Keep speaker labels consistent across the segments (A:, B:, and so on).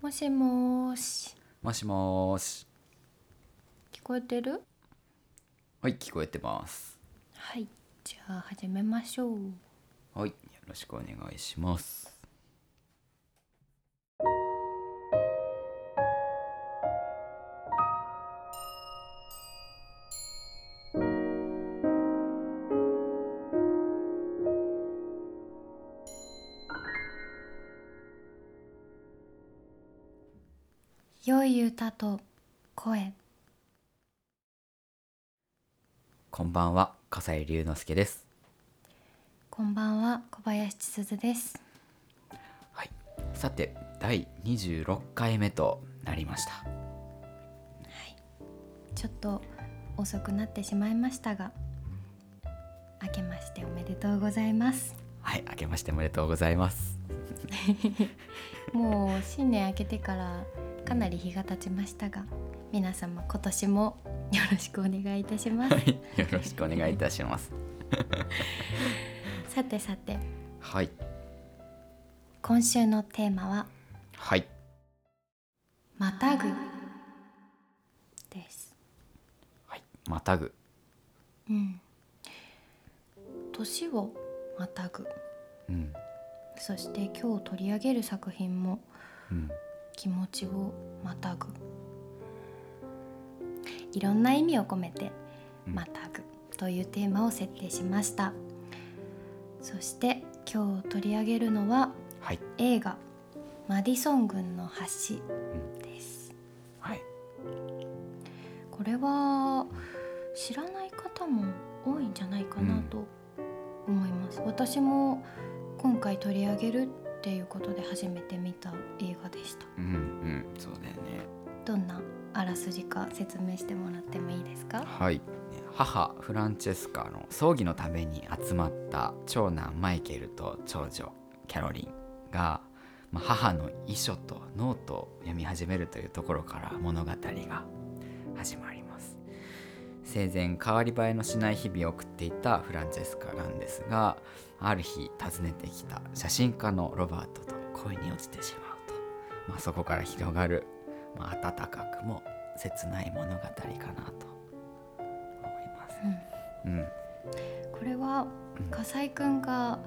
A: もしもーし
B: もしもーし。
A: 聞こえてる
B: はい、聞こえてます。
A: はいじゃあ始めましょう
B: はい、よろしくお願いします。
A: 良い歌と声
B: こんばんは、笠井龍之介です。
A: こんばんは小林千鶴です
B: はい、さて、第26回目となりました。
A: ちょっと遅くなってしまいましたが明けましておめでとうございます
B: はい、明けましておめでとうございます。
A: もう新年明けてからかなり日が経ちましたが皆様今年もよろしくお願いいたし ます
B: はい、よろしくお願いいたします。
A: さてさて
B: はい、
A: 今週のテーマは
B: はい、
A: 「またぐ」です
B: はい、またぐ。
A: うん年をまたぐ
B: うん、
A: そして今日取り上げる作品も
B: うん、
A: 気持ちをまたぐいろんな意味を込めて「
B: うん
A: またぐ」というテーマを設定しましたそして今日取り上げるのは
B: はい、
A: 映画「マディソン軍の橋」です
B: はい、
A: これは知らない方も多いんじゃないかなと思います、私も今回取り上げるっていうことで初めて見た映画でした
B: うん、うん、そうだよね。
A: どんなあらすじか説明してもらってもいいですか
B: はい母フランチェスカの葬儀のために集まった長男マイケルと長女キャロリンが、まあ、母の遺書とノートを読み始めるというところから物語が始まります生前変わり映えのしない日々を送っていたフランチェスカなんですがある日訪ねてきた写真家のロバートと恋に落ちてしまうと、まあ、そこから広がる、まあ、温かくも切ない物語かなと思います。うん、
A: これは
B: うん
A: 笠井くんが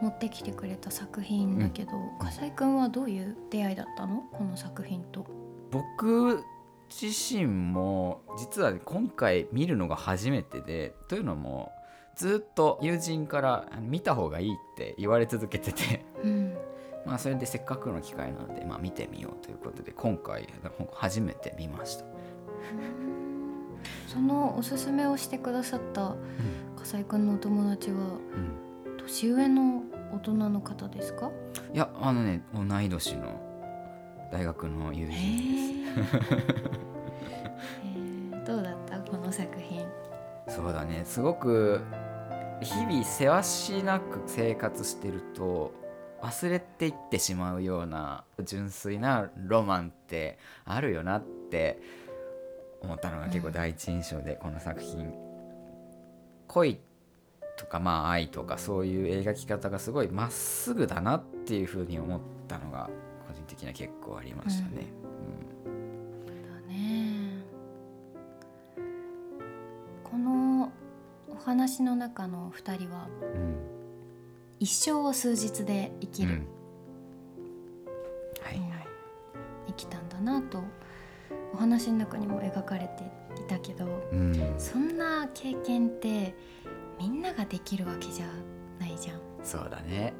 A: 持ってきてくれた作品だけど、笠井くんはどういう出会いだったのこの作品と
B: 僕自身も実は今回見るのが初めてでというのもずっと友人からあの見た方がいいって言われ続けてて
A: うん
B: まあそれでせっかくの機会なので、まあ、見てみようということで今回ほん初めて見ました。
A: そのおすすめをしてくださった笠井くんのお友達は
B: うん
A: 年上の大人の方ですか
B: いやあのね同い年の大学の
A: へ
B: 友人です。
A: ーどうだったこの作品
B: そうだねすごく日々せわしなく生活してると忘れていってしまうような純粋なロマンってあるよなって思ったのが結構第一印象で、この作品恋とかまあ愛とかそういう描き方がすごいまっすぐだなっていうふうに思ったのが個人的には結構ありましたね。
A: だねこのお話の中の2人は
B: うんうん
A: 一生を数日で生きる、
B: うんはい、
A: うん生きたんだなとお話の中にも描かれていたけど
B: うん、
A: そんな経験ってみんなができるわけじゃないじゃん。
B: そうだね。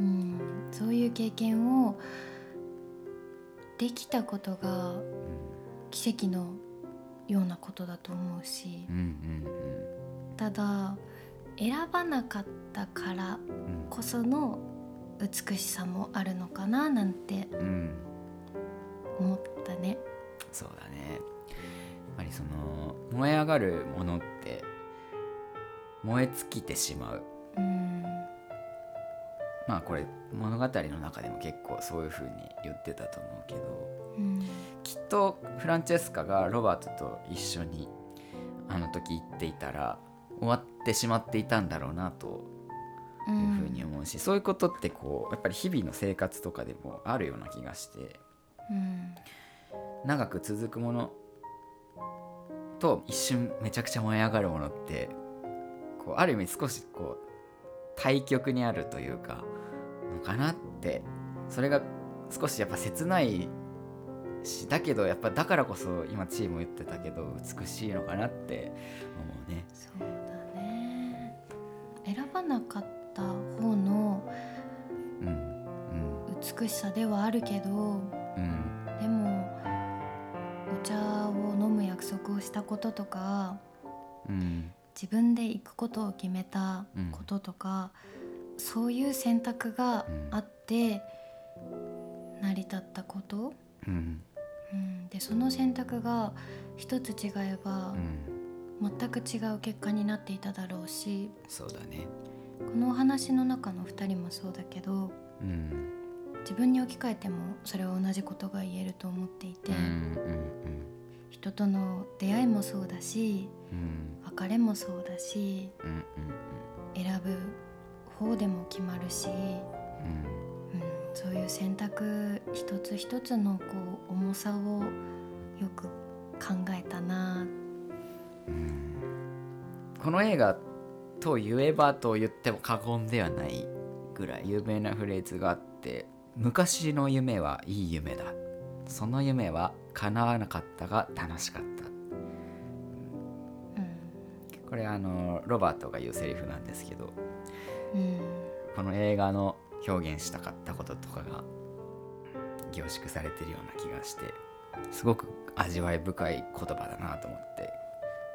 A: うん、そういう経験をできたことが
B: うん
A: 奇跡のようなことだと思うし
B: うん
A: ただ選ばなかったから
B: うんうん
A: こその美しさもあるのかななんて
B: うんうん
A: 思ったね。
B: そうだねやっぱりその燃え上がるものって燃え尽きてしまう
A: うん
B: まあこれ物語の中でも結構そういう風に言ってたと思うけど
A: うん
B: きっとフランチェスカがロバートと一緒にあの時行っていたら終わってしまっていたんだろうなと
A: う
B: いうんふうに思うし、そういうことってこうやっぱり日々の生活とかでもあるような気がして
A: うん
B: 長く続くものと一瞬めちゃくちゃ燃え上がるものってこうある意味少しこう対極にあるというかのかなってそれが少しやっぱ切ないしだけどやっぱだからこそ今チーム言ってたけど美しいのかなって思うね。
A: そうだね選ばなかった方の
B: うん
A: 美しさではあるけど
B: うんうん
A: でもお茶を飲む約束をしたこととか
B: うん
A: 自分で行くことを決めたこととか、そういう選択があって成り立ったこと、
B: うん
A: うん、でその選択が一つ違えば
B: うん
A: 全く違う結果になっていただろうし
B: そうだね。
A: このお話の中の2人もそうだけど
B: うん
A: 自分に置き換えてもそれは同じことが言えると思っていて、
B: うんうん
A: 人との出会いもそうだし
B: うん
A: 別れもそうだし
B: うんうん
A: 選ぶ方でも決まるし、
B: うんうん
A: うん、そういう選択一つ一つのこう重さをよく考えたな
B: この映画と言えばと言っても過言ではないぐらい有名なフレーズがあって「昔の夢はいい夢だ」「その夢は叶わなかったが楽しかった」これあのロバートが言うセリフなんですけど
A: うん、うん、
B: この映画の表現したかったこととかが凝縮されてるような気がしてすごく味わい深い言葉だなと思って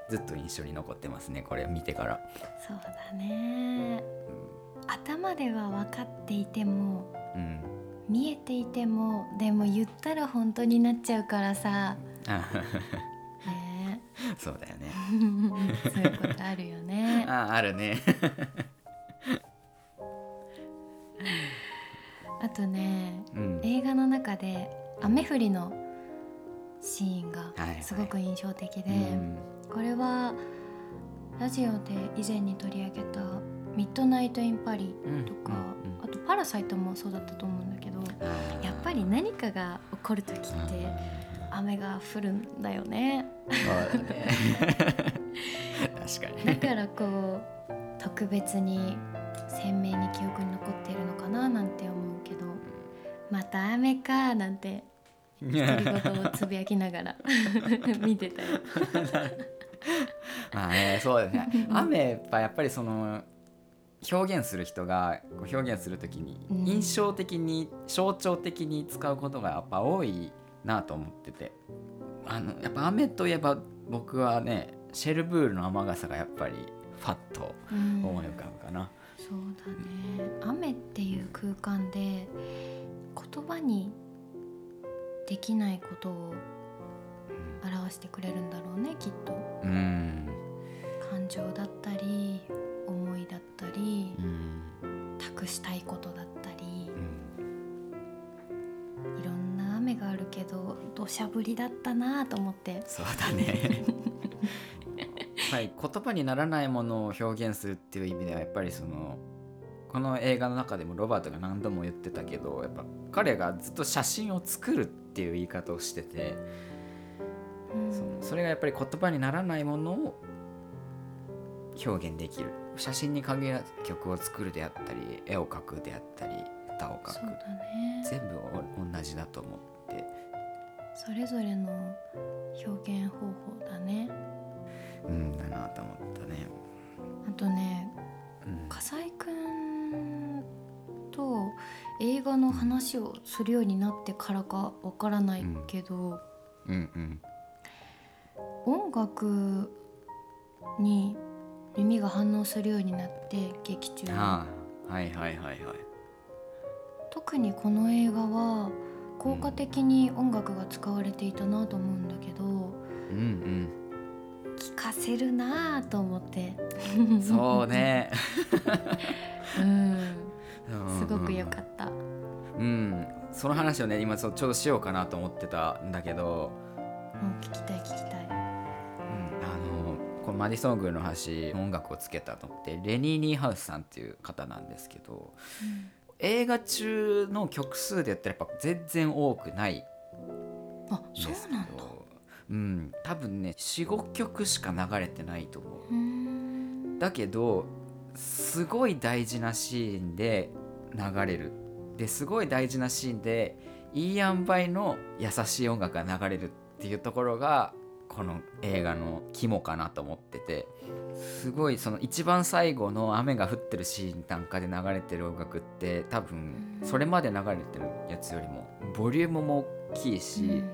B: ずっと印象に残ってますねこれ見てから。
A: そうだね頭では分かっていても
B: うん
A: 見えていてもでも言ったら本当になっちゃうからさ
B: あ
A: ね
B: そうだよね。
A: えそういうことあるよね
B: ああるね。
A: あとね
B: うん。
A: 映画の中で雨降りのシーンが
B: いはい
A: すごく印象的で、
B: うん
A: これはラジオで以前に取り上げた「ミッドナイト・イン・パリ
B: うん」
A: とか、
B: うんうん
A: あと「パラサイト」もそうだったと思うんだけど
B: あー
A: やっぱり何かが起こる時っ
B: うん
A: て 雨が降るんだよね
B: そうだね。確か
A: だ
B: に。
A: からこう特別に鮮明に記憶に残っているのかななんて思うけどまた雨かなんて独り言をつぶやきながら 見てたよ。
B: まあね、そうだね。雨はやっぱりその表現する人がこう表現するときに
A: うん
B: 印象的に象徴的に使うことがやっぱ多いなと思ってて、あのやっぱ雨といえば僕はね、シェルブールの雨傘がやっぱりファッと
A: うん
B: 思い浮かぶかな。
A: そうだね雨っていう空間で言葉にできないことを表してくれるんだろうねきっと
B: うん。
A: 感情だったり思いだったり
B: うん。
A: 託したいことだったり
B: うん
A: いろんな雨があるけど土砂降りだったなと思って
B: そうだね はい言葉にならないものを表現するっていう意味ではやっぱりそのこの映画の中でもロバートが何度も言ってたけどやっぱ彼がずっと写真を作るっていう言い方をしてて
A: うん
B: そのそれがやっぱり言葉にならないものを表現できる写真に限らず曲を作るであったり絵を描くであったり歌を
A: そ
B: 描
A: う
B: く
A: だね
B: 全部お同じだと思って
A: それぞれの表現方法だね
B: うんだなと思ったね。
A: あとね
B: うん
A: 笠井くんと映画の話をするようになってからかわからないけど、
B: うんうん
A: 音楽に耳が反応するようになって劇中に
B: ああはいはいはいはい
A: 特にこの映画は効果的に音楽が使われていたなと思うんだけど
B: うん
A: 聞かせるなあと思って
B: うんそうね
A: うんすごく良
B: っ
A: かった
B: たうんその話をね今そうちょうどしようかなと思ってたんだけど、
A: もう聞きたい聞きたい
B: うん、あのここのマディソン宮の橋音楽をつけたのってレニー・ニーハウスさんっていう方なんですけど映画中の曲数で言ったらやっぱ全然多くないん
A: あ
B: です
A: そう
B: けど
A: なんだ
B: うん、多分ね45曲しか流れてないと思う
A: うーん
B: だけどすごい大事なシーンで流れるですごい大事なシーンでいい塩梅の優しい音楽が流れるっていうところがこの映画の肝かなと思っててすごいその一番最後の雨が降ってるシーンなんかで流れてる音楽って多分それまで流れてるやつよりもボリュームも大きいし、
A: うん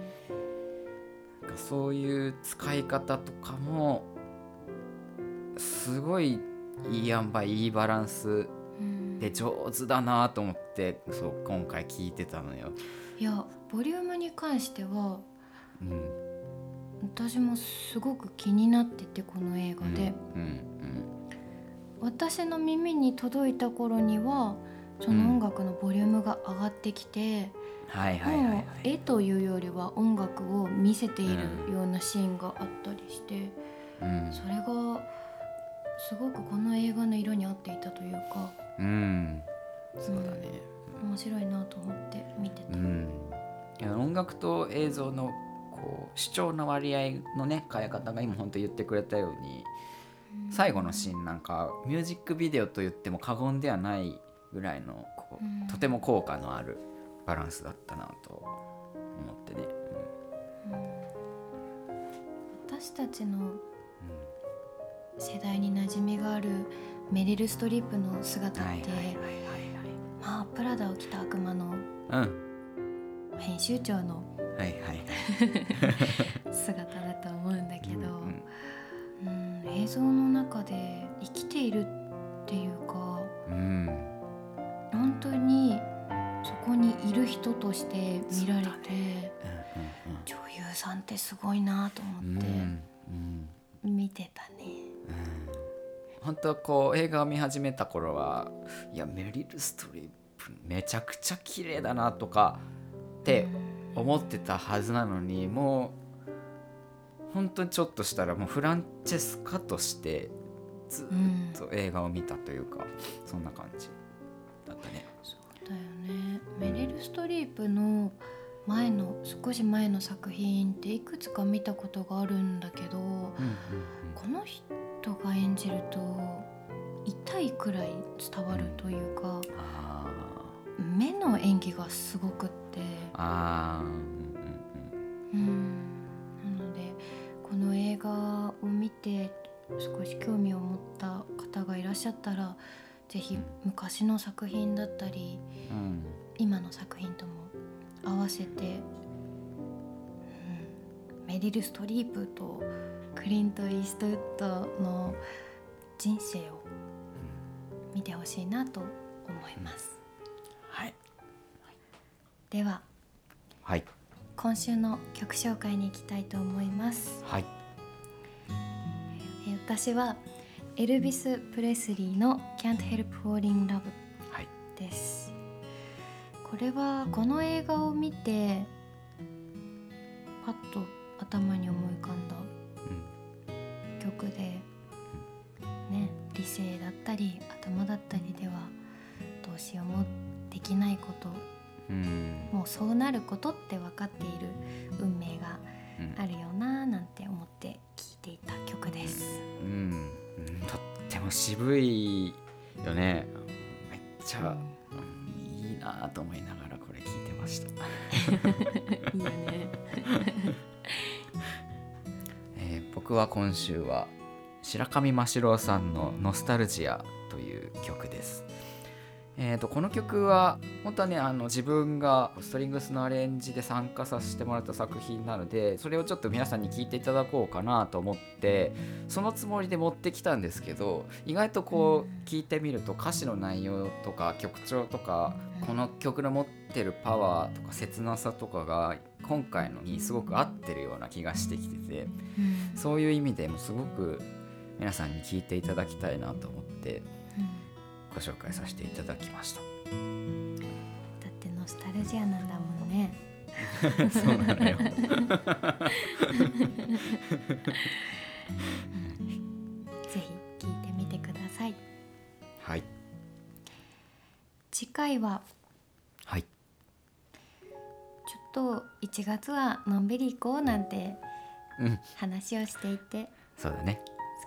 B: なんかそういう使い方とかもすごいいい塩梅いいバランス
A: うん
B: で上手だなと思ってそう今回聞いてたのよ。
A: いやボリュームに関しては
B: うん
A: 私もすごく気になっててこの映画で、
B: うんうん
A: 私の耳に届いた頃にはその音楽のボリュームが上がってきて、
B: はいはいはいは
A: もう
B: い。
A: 絵というよりは音楽を見せているようなシーンがあったりして、
B: うん
A: それがすごくこの映画の色に合っていたというか
B: うんそうだね。
A: 面白いなと思って見てた。
B: うん、いや音楽と映像のこう主張の割合のね変え方が今本当言ってくれたように最後のシーンなんかミュージックビデオと言っても過言ではないぐらいのこう
A: うん
B: とても効果のあるバランスだったなと思ってね。
A: 私たちの世代に馴染みがあるメリル・ストリップの姿
B: は
A: っ
B: い
A: て、
B: はいはい
A: まあプラダを着た悪魔の
B: はいはい。うん
A: 編集長の
B: はいはいはい。
A: 姿だと思うんだけど、
B: うんうん
A: うん映像の中で生きているっていうか
B: うん
A: 本当にそこにいる人として見られて、
B: そうだね
A: 女優さんってすごいなと
B: うん
A: 思っ
B: うんう
A: て
B: んうん
A: 見てたね。
B: 本当はこう映画を見始めた頃はいやメリル・ストリップめちゃくちゃ綺麗だなとかって思ってたはずなのにもう本当にちょっとしたらもうフランチェスカとしてずっ
A: うん、そ
B: と映画を見たというか、そんな感じだったね。
A: うだよねメリル・ストリープの前の少し前の作品っていくつか見たことがあるんだけどこの人が演じると痛いくらい伝わるというか
B: あ
A: 目の演技がすごくって、
B: ーあーうん
A: うん、なのでこの映画を見て少し興味を持った方がいらっしゃったらぜひ昔の作品だったり
B: うんうん
A: 今の作品とも合わせて、うん、メリル・ストリープとクリント・イーストウッドの人生を見てほしいなと思います。
B: はい
A: では
B: はい
A: 今週の曲紹介に行きたいと思います。
B: はい
A: えー私はエルビス・プレスリーの「Can't Help Falling in Love
B: はい」
A: ですこれはこの映画を見てパッと頭に思い浮かんだ
B: うん
A: 曲で、ね、理性だったり頭だったりではどうしようもできないこと
B: うん
A: もうそうなることって分かっている運命が
B: うん
A: あるよななんて思って聴いていた曲です。
B: うんうんとっても渋いよねめっちゃうんいいなと思いながらこれ聞いてました
A: いいよね
B: えー僕は今週は白上真四郎さんの「ノスタルジア」という曲ですえー、とこの曲は本当はねあの自分がストリングスのアレンジで参加させてもらった作品なのでそれをちょっと皆さんに聞いていただこうかなと思ってそのつもりで持ってきたんですけど意外とこう聞いてみると歌詞の内容とか曲調とかこの曲の持ってるパワーとか切なさとかが今回のにすごく合ってるような気がしてきてて
A: うん
B: そういう意味でもすごく皆さんに聞いていただきたいなと思って
A: うん
B: ご紹介させていただきました。
A: だってノスタルジアなんだもんね
B: そうなのよ。
A: ぜひ聞いてみてください
B: はい
A: 次回は
B: はい
A: ちょっと1月はのんびり行こうなんて
B: うん
A: 話をしていて
B: そうだね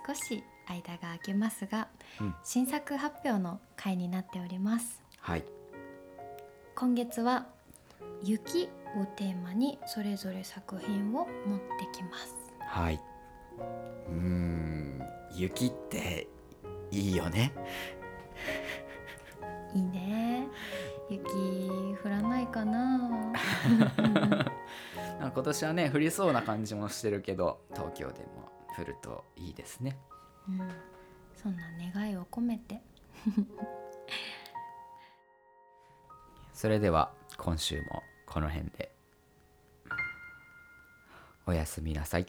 A: 少し間が空けますが、
B: うん
A: 新作発表の回になっております
B: はい
A: 今月は雪をテーマにそれぞれ作品を持ってきます
B: はいうーん雪っていいよね
A: いいね雪降らないかな
B: なんか今年はね降りそうな感じもしてるけど東京でも降るといいですね
A: うん、そんな願いを込めて
B: それでは今週もこの辺でおやすみなさい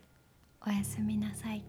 A: おやすみなさい